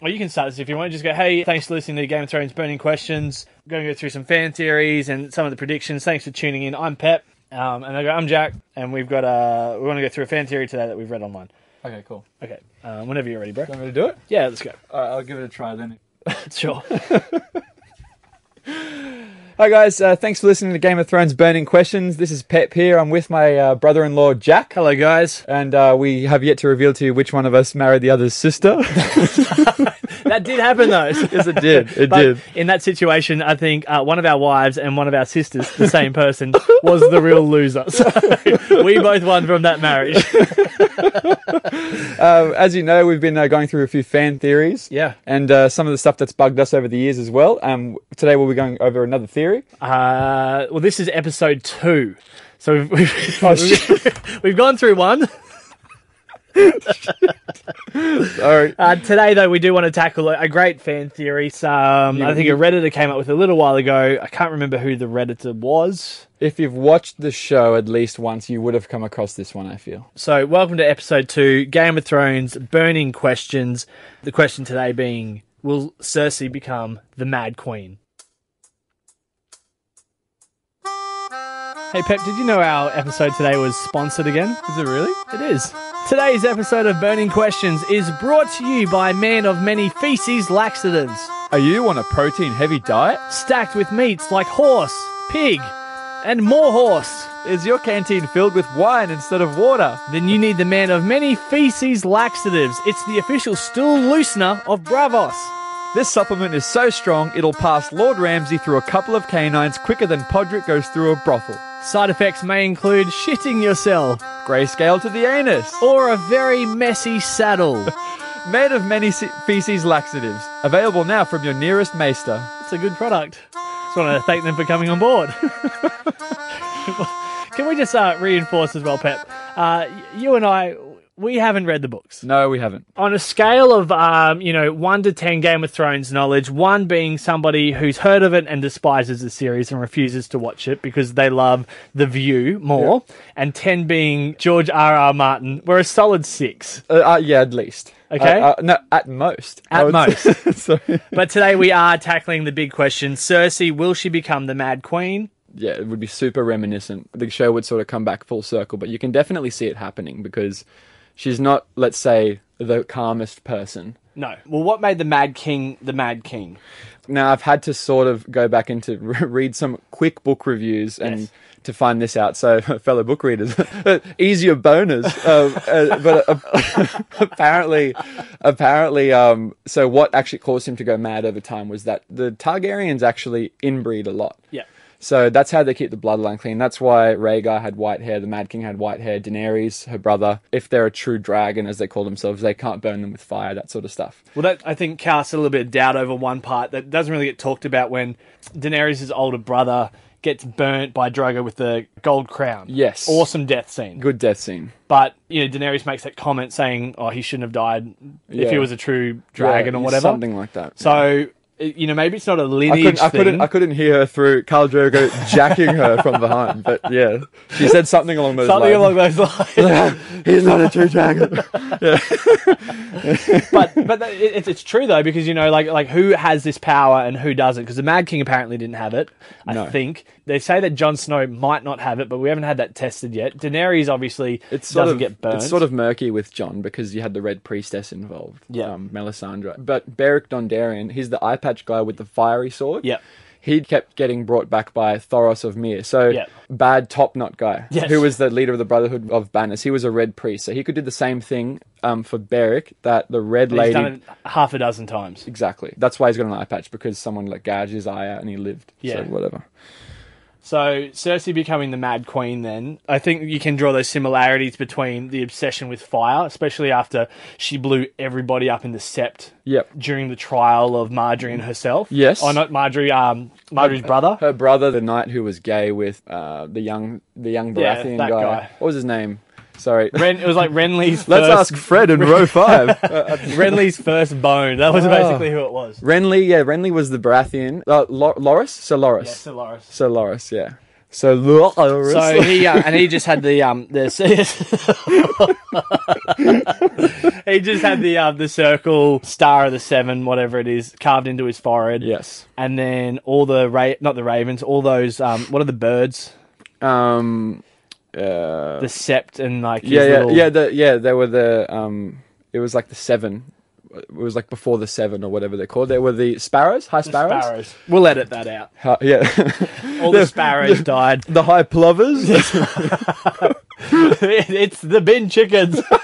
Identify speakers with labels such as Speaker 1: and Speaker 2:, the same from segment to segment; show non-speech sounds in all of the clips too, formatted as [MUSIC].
Speaker 1: Well, you can start this if you want. Just go, hey, thanks for listening to Game of Thrones Burning Questions. I'm going to go through some fan theories and some of the predictions. Thanks for tuning in. I'm Pep. Um, and I go, I'm Jack. And we've got a, we want to go through a fan theory today that we've read online.
Speaker 2: Okay, cool.
Speaker 1: Okay. Um, whenever you're ready, bro.
Speaker 2: You want me to do it?
Speaker 1: Yeah, let's go. [LAUGHS]
Speaker 2: All right, I'll give it a try then.
Speaker 1: Sure.
Speaker 2: Hi guys, uh, thanks for listening to Game of Thrones Burning Questions. This is Pep here. I'm with my uh, brother-in-law Jack,
Speaker 1: Hello, guys.
Speaker 2: and uh, we have yet to reveal to you which one of us married the other's sister.
Speaker 1: That did happen, though.
Speaker 2: [LAUGHS] yes, it [LAUGHS] did. It
Speaker 1: But
Speaker 2: did.
Speaker 1: in that situation, I think uh, one of our wives and one of our sisters, the same person, [LAUGHS] was the real loser. So [LAUGHS] we both won from that marriage.
Speaker 2: Uh, as you know, we've been uh, going through a few fan theories.
Speaker 1: Yeah.
Speaker 2: And uh, some of the stuff that's bugged us over the years as well. Um, today we'll be going over another theory.
Speaker 1: Uh, well, this is episode two. So we've, we've,
Speaker 2: [LAUGHS]
Speaker 1: [LAUGHS]
Speaker 2: Oh, shit.
Speaker 1: we've gone through one.
Speaker 2: Sorry.
Speaker 1: Uh, today, though, we do want to tackle a, a great fan theory. So, Um, I think a Redditor came up with a little while ago. I can't remember who the Redditor was.
Speaker 2: If you've watched the show at least once, you would have come across this one, I feel.
Speaker 1: So, welcome to episode two Game of Thrones Burning Questions. The question today being Will Cersei become the Mad Queen? Hey, Pep, did you know our episode today was sponsored again?
Speaker 2: Is it really?
Speaker 1: It is. Today's episode of Burning Questions is brought to you by Man of Many Feces Laxatives,
Speaker 2: Are you on a protein heavy diet?
Speaker 1: stacked with meats like horse, pig, and more horse.
Speaker 2: Is your canteen filled with wine instead of water?
Speaker 1: Then you need the Man of Many Feces Laxatives. It's the official stool loosener of Bravos.
Speaker 2: This supplement is so strong it'll pass Lord Ramsay through a couple of canines quicker than Podrick goes through a brothel.
Speaker 1: Side effects may include shitting yourself
Speaker 2: Grayscale to the anus.
Speaker 1: or a very messy saddle.
Speaker 2: Made of many se- feces laxatives. Available now from your nearest maester.
Speaker 1: [LAUGHS] It's a good product. Just want to thank them for coming on board. [LAUGHS] Can we just uh, reinforce as well, Pep? Uh, y- you and I, we haven't read the books.
Speaker 2: No, we haven't.
Speaker 1: On a scale of, um, you know, one to ten Game of Thrones knowledge, one being somebody who's heard of it and despises the series and refuses to watch it because they love The View more, and ten being George R. R. Martin, we're a solid six.
Speaker 2: Uh, uh, yeah, at least.
Speaker 1: Okay.
Speaker 2: Uh, uh, no, at most.
Speaker 1: At
Speaker 2: I would say. [LAUGHS] so,
Speaker 1: But today we are tackling the big question: Cersei, will she become the Mad Queen?
Speaker 2: yeah, it would be super reminiscent. The show would sort of come back full circle, but you can definitely see it happening because she's not, let's say, the calmest person.
Speaker 1: No. Well, what made the Mad King the Mad King?
Speaker 2: Now, I've had to sort of go back and to [LAUGHS] re- read some quick book reviews and
Speaker 1: Yes.
Speaker 2: to find this out. So, [LAUGHS] fellow book readers, easier bonus. Um, uh, but uh, [LAUGHS] apparently, apparently, um, so what actually caused him to go mad over time was that the Targaryens actually inbreed a lot.
Speaker 1: Yeah.
Speaker 2: So that's how they keep the bloodline clean. That's why Rhaegar had white hair, the Mad King had white hair, Daenerys, her brother. If they're a true dragon, as they call themselves, they can't burn them with fire, that sort of stuff.
Speaker 1: Well, that I think casts a little bit of doubt over one part that doesn't really get talked about when Daenerys' older brother gets burnt by Drogo with the gold crown.
Speaker 2: Yes.
Speaker 1: Awesome death scene.
Speaker 2: Good death scene.
Speaker 1: But, you know, Daenerys makes that comment saying, oh, he shouldn't have died if he
Speaker 2: Yeah.
Speaker 1: was a true dragon
Speaker 2: Yeah,
Speaker 1: or whatever.
Speaker 2: Something like that.
Speaker 1: So, i- you know, maybe it's not a
Speaker 2: I
Speaker 1: lineage
Speaker 2: couldn't, I,
Speaker 1: thing.
Speaker 2: couldn't, I couldn't hear her through Carl Drogo jacking her from behind, but yeah, she said something along those
Speaker 1: Something along
Speaker 2: lines.
Speaker 1: those [LAUGHS] lines,
Speaker 2: [LAUGHS]
Speaker 1: [LAUGHS]
Speaker 2: He's not a true dragon.
Speaker 1: but but that- it, it's- it's true though because you know like like who has this power and who doesn't because the Mad King apparently didn't have it. I
Speaker 2: No.
Speaker 1: think they say that Jon Snow might not have it, but we haven't had that tested yet. Daenerys obviously
Speaker 2: It's sort
Speaker 1: doesn't
Speaker 2: of
Speaker 1: get burnt.
Speaker 2: it's sort of murky with John because you had the red priestess involved,
Speaker 1: Yeah.
Speaker 2: um, Melisandre. But Beric Dondarrion, he's the eye patch guy with the fiery sword.
Speaker 1: Yeah.
Speaker 2: He kept getting brought back by Thoros of Myr, so
Speaker 1: Yeah.
Speaker 2: bad top knot guy,
Speaker 1: Yes.
Speaker 2: who was the leader of the Brotherhood of Banners. He was a red priest, so he could do the same thing um, for Beric that the red
Speaker 1: He's
Speaker 2: lady
Speaker 1: done it half a dozen times.
Speaker 2: Exactly. That's why he's got an eye patch because someone like gouged his eye out and he lived.
Speaker 1: Yeah.
Speaker 2: So whatever.
Speaker 1: So Cersei becoming the Mad Queen, then I think you can draw those similarities between the obsession with fire, especially after she blew everybody up in the Sept.
Speaker 2: Yep.
Speaker 1: During the trial of Marjorie and herself.
Speaker 2: Yes.
Speaker 1: Oh, not Marjorie. Um, Marjorie's brother.
Speaker 2: Her brother, the knight who was gay with uh, the young the young
Speaker 1: Yeah,
Speaker 2: Baratheon
Speaker 1: that
Speaker 2: guy.
Speaker 1: guy.
Speaker 2: What was his name? Sorry.
Speaker 1: Ren, it was like Renly's.
Speaker 2: [LAUGHS] Let's
Speaker 1: first
Speaker 2: ask Fred
Speaker 1: [LAUGHS]
Speaker 2: in row five. Uh,
Speaker 1: Renly's first bone. That was
Speaker 2: Oh.
Speaker 1: basically who it was.
Speaker 2: Renly, yeah, Renly was the Baratheon. Uh, Lo- Loris? Sir Loris.
Speaker 1: Yes, Sir Loras.
Speaker 2: Sir Loris, yeah. So
Speaker 1: So he uh, and he just had the um the [LAUGHS] he just had the uh, the circle star of the seven whatever it is carved into his forehead.
Speaker 2: yes.
Speaker 1: And then all the ra- not the ravens, all those um what are the birds?
Speaker 2: Um. Uh,
Speaker 1: The sept and like his
Speaker 2: yeah, yeah,
Speaker 1: little-
Speaker 2: yeah, the, yeah. They were the um. It was like the seven. It was like before the seven or whatever they're called. They were the sparrows, high sparrows.
Speaker 1: sparrows. We'll edit that out.
Speaker 2: Hi- yeah, [LAUGHS]
Speaker 1: All the sparrows died.
Speaker 2: the high plovers. [LAUGHS]
Speaker 1: [LAUGHS] it's the bin chickens. [LAUGHS]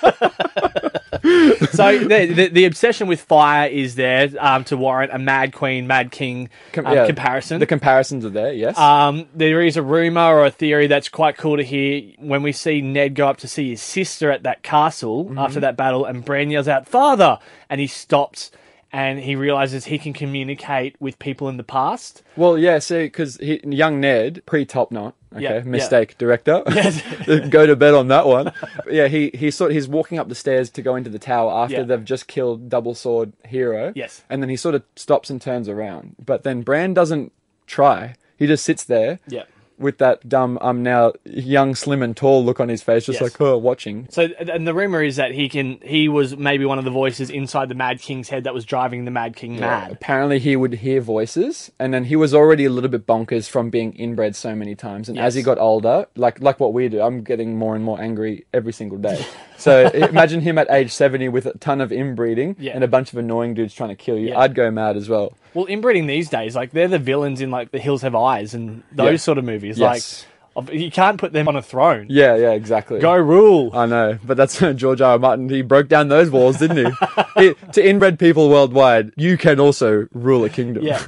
Speaker 1: so the, the, the obsession with fire is there um, to warrant a Mad Queen, Mad King
Speaker 2: Com-
Speaker 1: um,
Speaker 2: yeah,
Speaker 1: comparison.
Speaker 2: the comparisons are there. Yes.
Speaker 1: um, there is a rumor or a theory that's quite cool to hear when we see Ned go up to see his sister at that castle
Speaker 2: Mm-hmm.
Speaker 1: after that battle, and Bran yells out "Father!" and he stops and he realizes he can communicate with people in the past.
Speaker 2: Well, yeah, see, because young Ned, pre Top Knot, okay,
Speaker 1: Yeah, yeah.
Speaker 2: mistake,
Speaker 1: [LAUGHS]
Speaker 2: director.
Speaker 1: Yes.
Speaker 2: [LAUGHS] Go to bed on that one. But yeah, he he sort he's walking up the stairs to go into the tower after
Speaker 1: Yeah.
Speaker 2: they've just killed Double Sword Hero.
Speaker 1: Yes.
Speaker 2: and then he sort of stops and turns around, but then Bran doesn't try. He just sits there.
Speaker 1: Yeah.
Speaker 2: With that dumb, I'm now young, slim, and tall look on his face, just
Speaker 1: Yes.
Speaker 2: like, oh, watching.
Speaker 1: So, and the rumor is that he can, he was maybe one of the voices inside the Mad King's head that was driving the Mad King mad.
Speaker 2: Apparently, he would hear voices, and then he was already a little bit bonkers from being inbred so many times. And as he
Speaker 1: Yes.
Speaker 2: got older, like like what we do, I'm getting more and more angry every
Speaker 1: [LAUGHS]
Speaker 2: single day. so imagine him at age seventy with a ton of inbreeding
Speaker 1: Yeah.
Speaker 2: and a bunch of annoying dudes trying to kill you.
Speaker 1: Yeah.
Speaker 2: I'd go mad as well.
Speaker 1: Well, inbreeding these days, like they're the villains in like The Hills Have Eyes and those
Speaker 2: Yeah.
Speaker 1: sort of movies.
Speaker 2: Yes.
Speaker 1: Like, you can't put them on a throne.
Speaker 2: Yeah, yeah, exactly.
Speaker 1: Go rule.
Speaker 2: I know, but that's [LAUGHS] George R. R. Martin. He broke down those walls, didn't he?
Speaker 1: [LAUGHS]
Speaker 2: He- to inbred people worldwide, you can also rule a kingdom.
Speaker 1: yeah.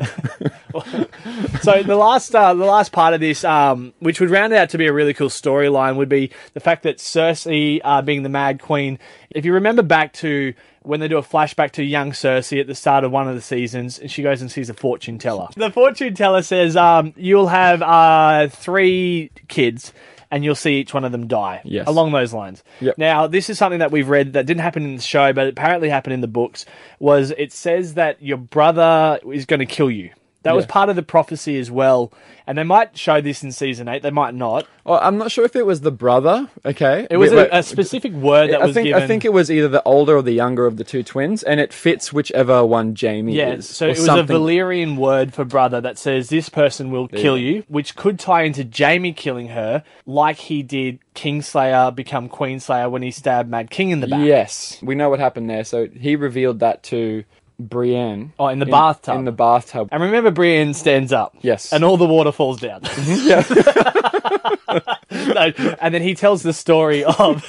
Speaker 1: [LAUGHS] so the last, uh, the last part of this, um, which would round out to be a really cool storyline, would be the fact that Cersei, uh, being the Mad Queen. If you remember back to when they do a flashback to young Cersei at the start of one of the seasons, and she goes and sees a fortune teller. The fortune teller says, um, "You'll have uh, three kids." And you'll see each one of them die.
Speaker 2: Yes.
Speaker 1: Along those lines.
Speaker 2: Yep.
Speaker 1: Now, this is something that we've read that didn't happen in the show, but apparently happened in the books. Was it says that your brother is going to kill you? That was
Speaker 2: Yeah.
Speaker 1: part of the prophecy as well. And they might show this in season eight. They might not.
Speaker 2: Oh, I'm not sure if it was the brother. Okay,
Speaker 1: It was a, a specific word that
Speaker 2: I
Speaker 1: was
Speaker 2: think
Speaker 1: given.
Speaker 2: I think it was either the older or the younger of the two twins, and it fits whichever one Jamie
Speaker 1: yeah,
Speaker 2: is.
Speaker 1: so
Speaker 2: or
Speaker 1: it was
Speaker 2: something.
Speaker 1: a Valyrian word for brother that says this person will kill
Speaker 2: you
Speaker 1: you, which could tie into Jamie killing her, like he did Kingslayer become Queenslayer when he stabbed Mad King in the back.
Speaker 2: Yes, we know what happened there. So he revealed that to Brienne.
Speaker 1: Oh, in the bathtub.
Speaker 2: In the bathtub.
Speaker 1: And remember, Brienne stands up.
Speaker 2: Yes.
Speaker 1: And all the water falls
Speaker 2: [LAUGHS]
Speaker 1: down. [LAUGHS] No, and then he tells the story of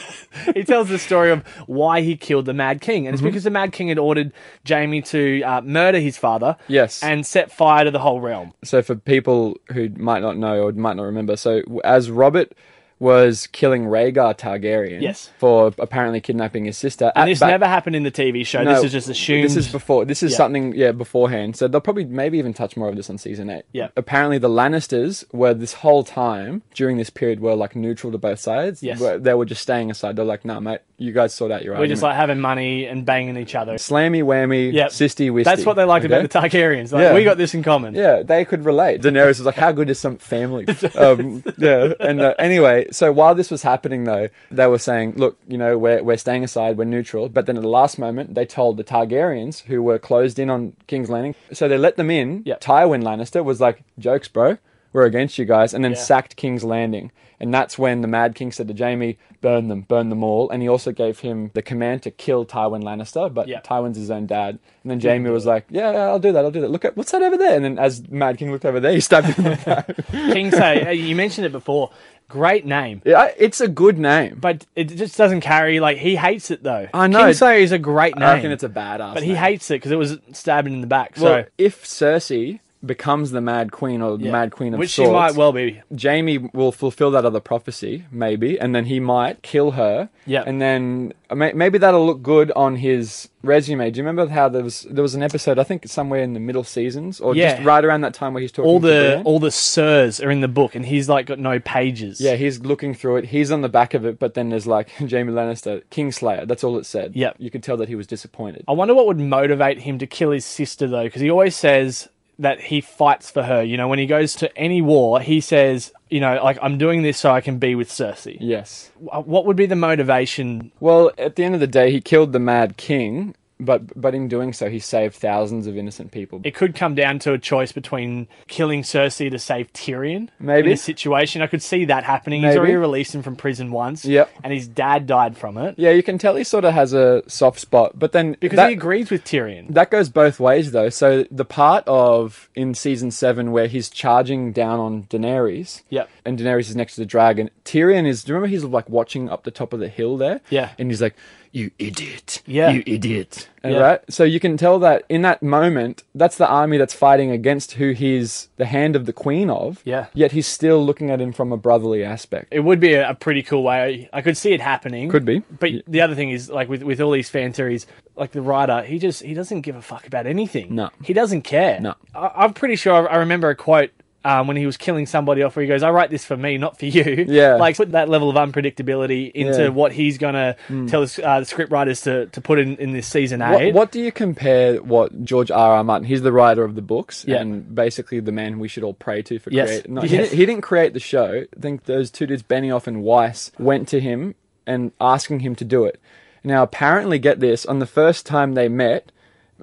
Speaker 1: [LAUGHS] he tells the story of why he killed the Mad King,
Speaker 2: Mm-hmm.
Speaker 1: and it's because the Mad King had ordered Jamie to uh, murder his father.
Speaker 2: Yes.
Speaker 1: And set fire to the whole realm.
Speaker 2: so for people who might not know or might not remember, so w- as Robert was killing Rhaegar Targaryen
Speaker 1: Yes.
Speaker 2: for apparently kidnapping his sister.
Speaker 1: And this never happened in the TV show. this is just assumed.
Speaker 2: This is before. This is
Speaker 1: Yeah.
Speaker 2: something, yeah, beforehand. So they'll probably maybe even touch more of this on season eight.
Speaker 1: Yeah.
Speaker 2: Apparently, the Lannisters were this whole time during this period were like neutral to both sides.
Speaker 1: Yes.
Speaker 2: Were- They were just staying aside. They're like, nah, mate, you guys sort out your
Speaker 1: we're
Speaker 2: argument.
Speaker 1: just like having money and banging each other.
Speaker 2: slammy whammy,
Speaker 1: Yeah.
Speaker 2: sisty wisty.
Speaker 1: That's what they liked
Speaker 2: okay?
Speaker 1: about the Targaryens. Like,
Speaker 2: Yeah.
Speaker 1: We got this in common.
Speaker 2: Yeah, they could relate. Daenerys was like, "How good is some family?" [LAUGHS] Um, yeah, and uh, anyway, so while this was happening, though, they were saying, "Look, you know, we're we're staying aside, we're neutral." But then at the last moment, they told the Targaryens, who were closed in on King's Landing, so they let them in.
Speaker 1: Yep.
Speaker 2: Tywin Lannister was like, "Jokes, bro." We're against you guys, and then
Speaker 1: Yeah.
Speaker 2: sacked King's Landing. And that's when the Mad King said to Jamie, Burn them, burn them all. And he also gave him the command to kill Tywin Lannister, but
Speaker 1: Yeah.
Speaker 2: Tywin's his own dad. And then Jamie was like, yeah, yeah, I'll do that, I'll do that. Look at what's that over there? And then as Mad King looked over there, he
Speaker 1: [LAUGHS]
Speaker 2: stabbed him. in the back.
Speaker 1: Kingslay, uh, you mentioned it before. Great name.
Speaker 2: yeah, I- it's a good name. But
Speaker 1: But it just doesn't carry. Like he hates it though.
Speaker 2: I know.
Speaker 1: Kingslay is a great name.
Speaker 2: I reckon it's a badass.
Speaker 1: but he
Speaker 2: name.
Speaker 1: hates it because it was stabbing in the back. So
Speaker 2: Well, if Cersei becomes the Mad Queen or the
Speaker 1: Yeah.
Speaker 2: Mad Queen of
Speaker 1: which she
Speaker 2: sorts,
Speaker 1: might well be.
Speaker 2: Jamie will fulfill that other prophecy, maybe, and then he might kill her.
Speaker 1: Yep.
Speaker 2: And then uh, may- maybe that'll look good on his resume. Do you remember how there was there was an episode I think somewhere in the middle seasons or
Speaker 1: Yeah.
Speaker 2: just right around that time where he's talking
Speaker 1: All
Speaker 2: to
Speaker 1: the
Speaker 2: Brienne?
Speaker 1: all the sirs are in the book, and he's like got no pages.
Speaker 2: yeah, he's looking through it. He's on the back of it, but then there's like [LAUGHS] Jamie Lannister, Kingslayer. That's all it said.
Speaker 1: Yep.
Speaker 2: You could tell that he was disappointed.
Speaker 1: I wonder what would motivate him to kill his sister though, because he always says that he fights for her. You know, when he goes to any war, he says, you know, like I'm doing this so I can be with Cersei.
Speaker 2: Yes.
Speaker 1: Wh- What would be the motivation?
Speaker 2: Well, at the end of the day, he killed the Mad King, but but in doing so, he saved thousands of innocent people.
Speaker 1: It could come down to a choice between killing Cersei to save Tyrion.
Speaker 2: Maybe.
Speaker 1: in this situation, I could see that happening. He's
Speaker 2: Maybe.
Speaker 1: already released him from prison once.
Speaker 2: Yep.
Speaker 1: and his dad died from it
Speaker 2: yeah, you can tell he sort of has a soft spot, but then
Speaker 1: because
Speaker 2: that,
Speaker 1: he agrees with Tyrion.
Speaker 2: that goes both ways though. So the part of in season seven where he's charging down on Daenerys,
Speaker 1: Yep.
Speaker 2: and Daenerys is next to the dragon. Tyrion is. Do you remember he's like watching up the top of the hill there?
Speaker 1: Yeah.
Speaker 2: and he's like, "You idiot!
Speaker 1: Yeah.
Speaker 2: you idiot!" And,
Speaker 1: Yeah.
Speaker 2: Right. So you can tell that in that moment, that's the army that's fighting against who he's the hand of the queen of.
Speaker 1: Yeah.
Speaker 2: Yet he's still looking at him from a brotherly aspect.
Speaker 1: It would be a, a pretty cool way. I could see it happening.
Speaker 2: Could be.
Speaker 1: But the other thing is, like with, with all these fan theories, like the writer, he just he doesn't give a fuck about anything.
Speaker 2: No.
Speaker 1: he doesn't care.
Speaker 2: No.
Speaker 1: I, I'm pretty sure I, I remember a quote um, when he was killing somebody off, where he goes, "I write this for me, not for you."
Speaker 2: [LAUGHS] Yeah.
Speaker 1: like put that level of unpredictability into
Speaker 2: Yeah. Hmm.
Speaker 1: what he's gonna tell the, uh, the script writers to, to put in in this season
Speaker 2: What,
Speaker 1: eight.
Speaker 2: what do you compare what George R. R. Martin? He's the writer of the books
Speaker 1: Yeah.
Speaker 2: and basically the man we should all pray to for
Speaker 1: Yes.
Speaker 2: create. No,
Speaker 1: Yes.
Speaker 2: he, didn't, he didn't create the show. I think those two dudes, Benioff and Weiss, went to him and asking him to do it. Now, apparently, get this: on the first time they met,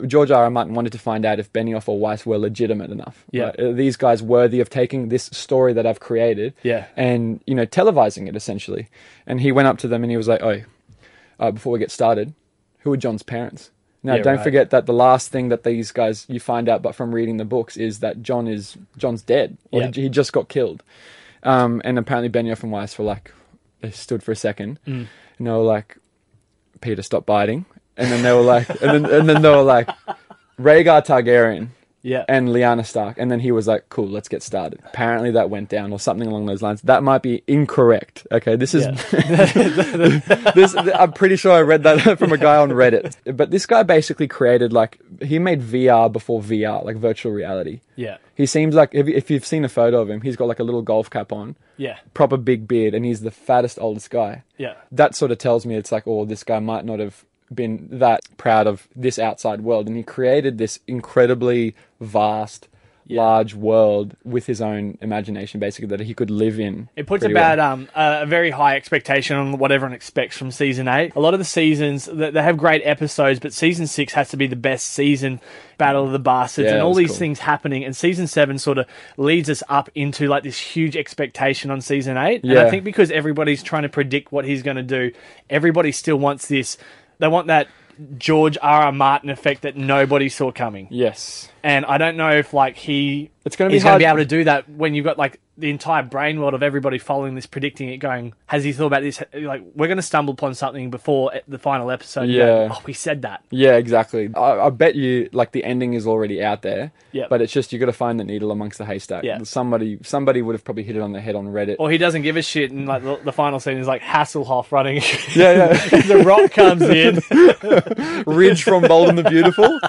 Speaker 2: George R. R. Martin wanted to find out if Benioff or Weiss were legitimate enough.
Speaker 1: Yeah.
Speaker 2: Right? Are these guys worthy of taking this story that I've created?
Speaker 1: Yeah.
Speaker 2: and you know televising it essentially. And he went up to them and he was like, "Oh, uh, before we get started, who are John's parents?" Now,
Speaker 1: Yeah,
Speaker 2: don't
Speaker 1: right.
Speaker 2: forget that the last thing that these guys you find out, but from reading the books, is that John is John's dead, or
Speaker 1: Yeah.
Speaker 2: he, he just got killed. Um, and apparently, Benioff and Weiss were like, they stood for a second,
Speaker 1: Mm.
Speaker 2: and they were like, "Peter, stop biting." And then they were like, and then and then they were like, "Rhaegar Targaryen."
Speaker 1: yeah,
Speaker 2: [LAUGHS] and Lyanna Stark, and then he was like, "Cool, let's get started." Apparently, that went down or something along those lines. That might be incorrect. Okay, this is [LAUGHS] this. I'm pretty sure I read that [LAUGHS] from a guy on Reddit. But this guy basically created like he made VR before VR, like virtual reality.
Speaker 1: yeah,
Speaker 2: He seems like if, if you've seen a photo of him, he's got like a little golf cap on,
Speaker 1: yeah,
Speaker 2: proper big beard, and he's the fattest oldest guy
Speaker 1: yeah.
Speaker 2: that sort of tells me it's like, oh, this guy might not have been that proud of this outside world. And he created this incredibly vast, large world with his own imagination, basically, that he could live in.
Speaker 1: It puts
Speaker 2: pretty
Speaker 1: about
Speaker 2: well.
Speaker 1: um, a a very high expectation on what everyone expects from season eight. A lot of the seasons they they have great episodes, but season six has to be the best season. Battle of the Bastards
Speaker 2: Yeah,
Speaker 1: and
Speaker 2: that
Speaker 1: all
Speaker 2: was
Speaker 1: these
Speaker 2: cool.
Speaker 1: things happening, and season seven sort of leads us up into like this huge expectation on season eight. And I
Speaker 2: Yeah.
Speaker 1: think because everybody's trying to predict what he's going to do, everybody still wants this. They want that. George R. R. Martin effect that nobody saw coming,
Speaker 2: Yes.
Speaker 1: and I don't know if like he
Speaker 2: It's going to be
Speaker 1: he's going to
Speaker 2: hard.
Speaker 1: be able to do that when you've got like the entire brain world of everybody following this, predicting it, going, "Has he thought about this?" Like, we're going to stumble upon something before e- the final episode. and go,
Speaker 2: Yeah.
Speaker 1: oh, we said that.
Speaker 2: yeah, exactly. I, I bet you, like, the ending is already out there.
Speaker 1: Yeah.
Speaker 2: But it's just you got to find the needle amongst the haystack.
Speaker 1: Yeah.
Speaker 2: Somebody, somebody would have probably hit it on the head on Reddit.
Speaker 1: Or he doesn't give a shit, and like the, the final scene is like Hasselhoff running. [LAUGHS]
Speaker 2: yeah, [LAUGHS] yeah.
Speaker 1: the Rock comes in.
Speaker 2: Ridge from Bold and the Beautiful.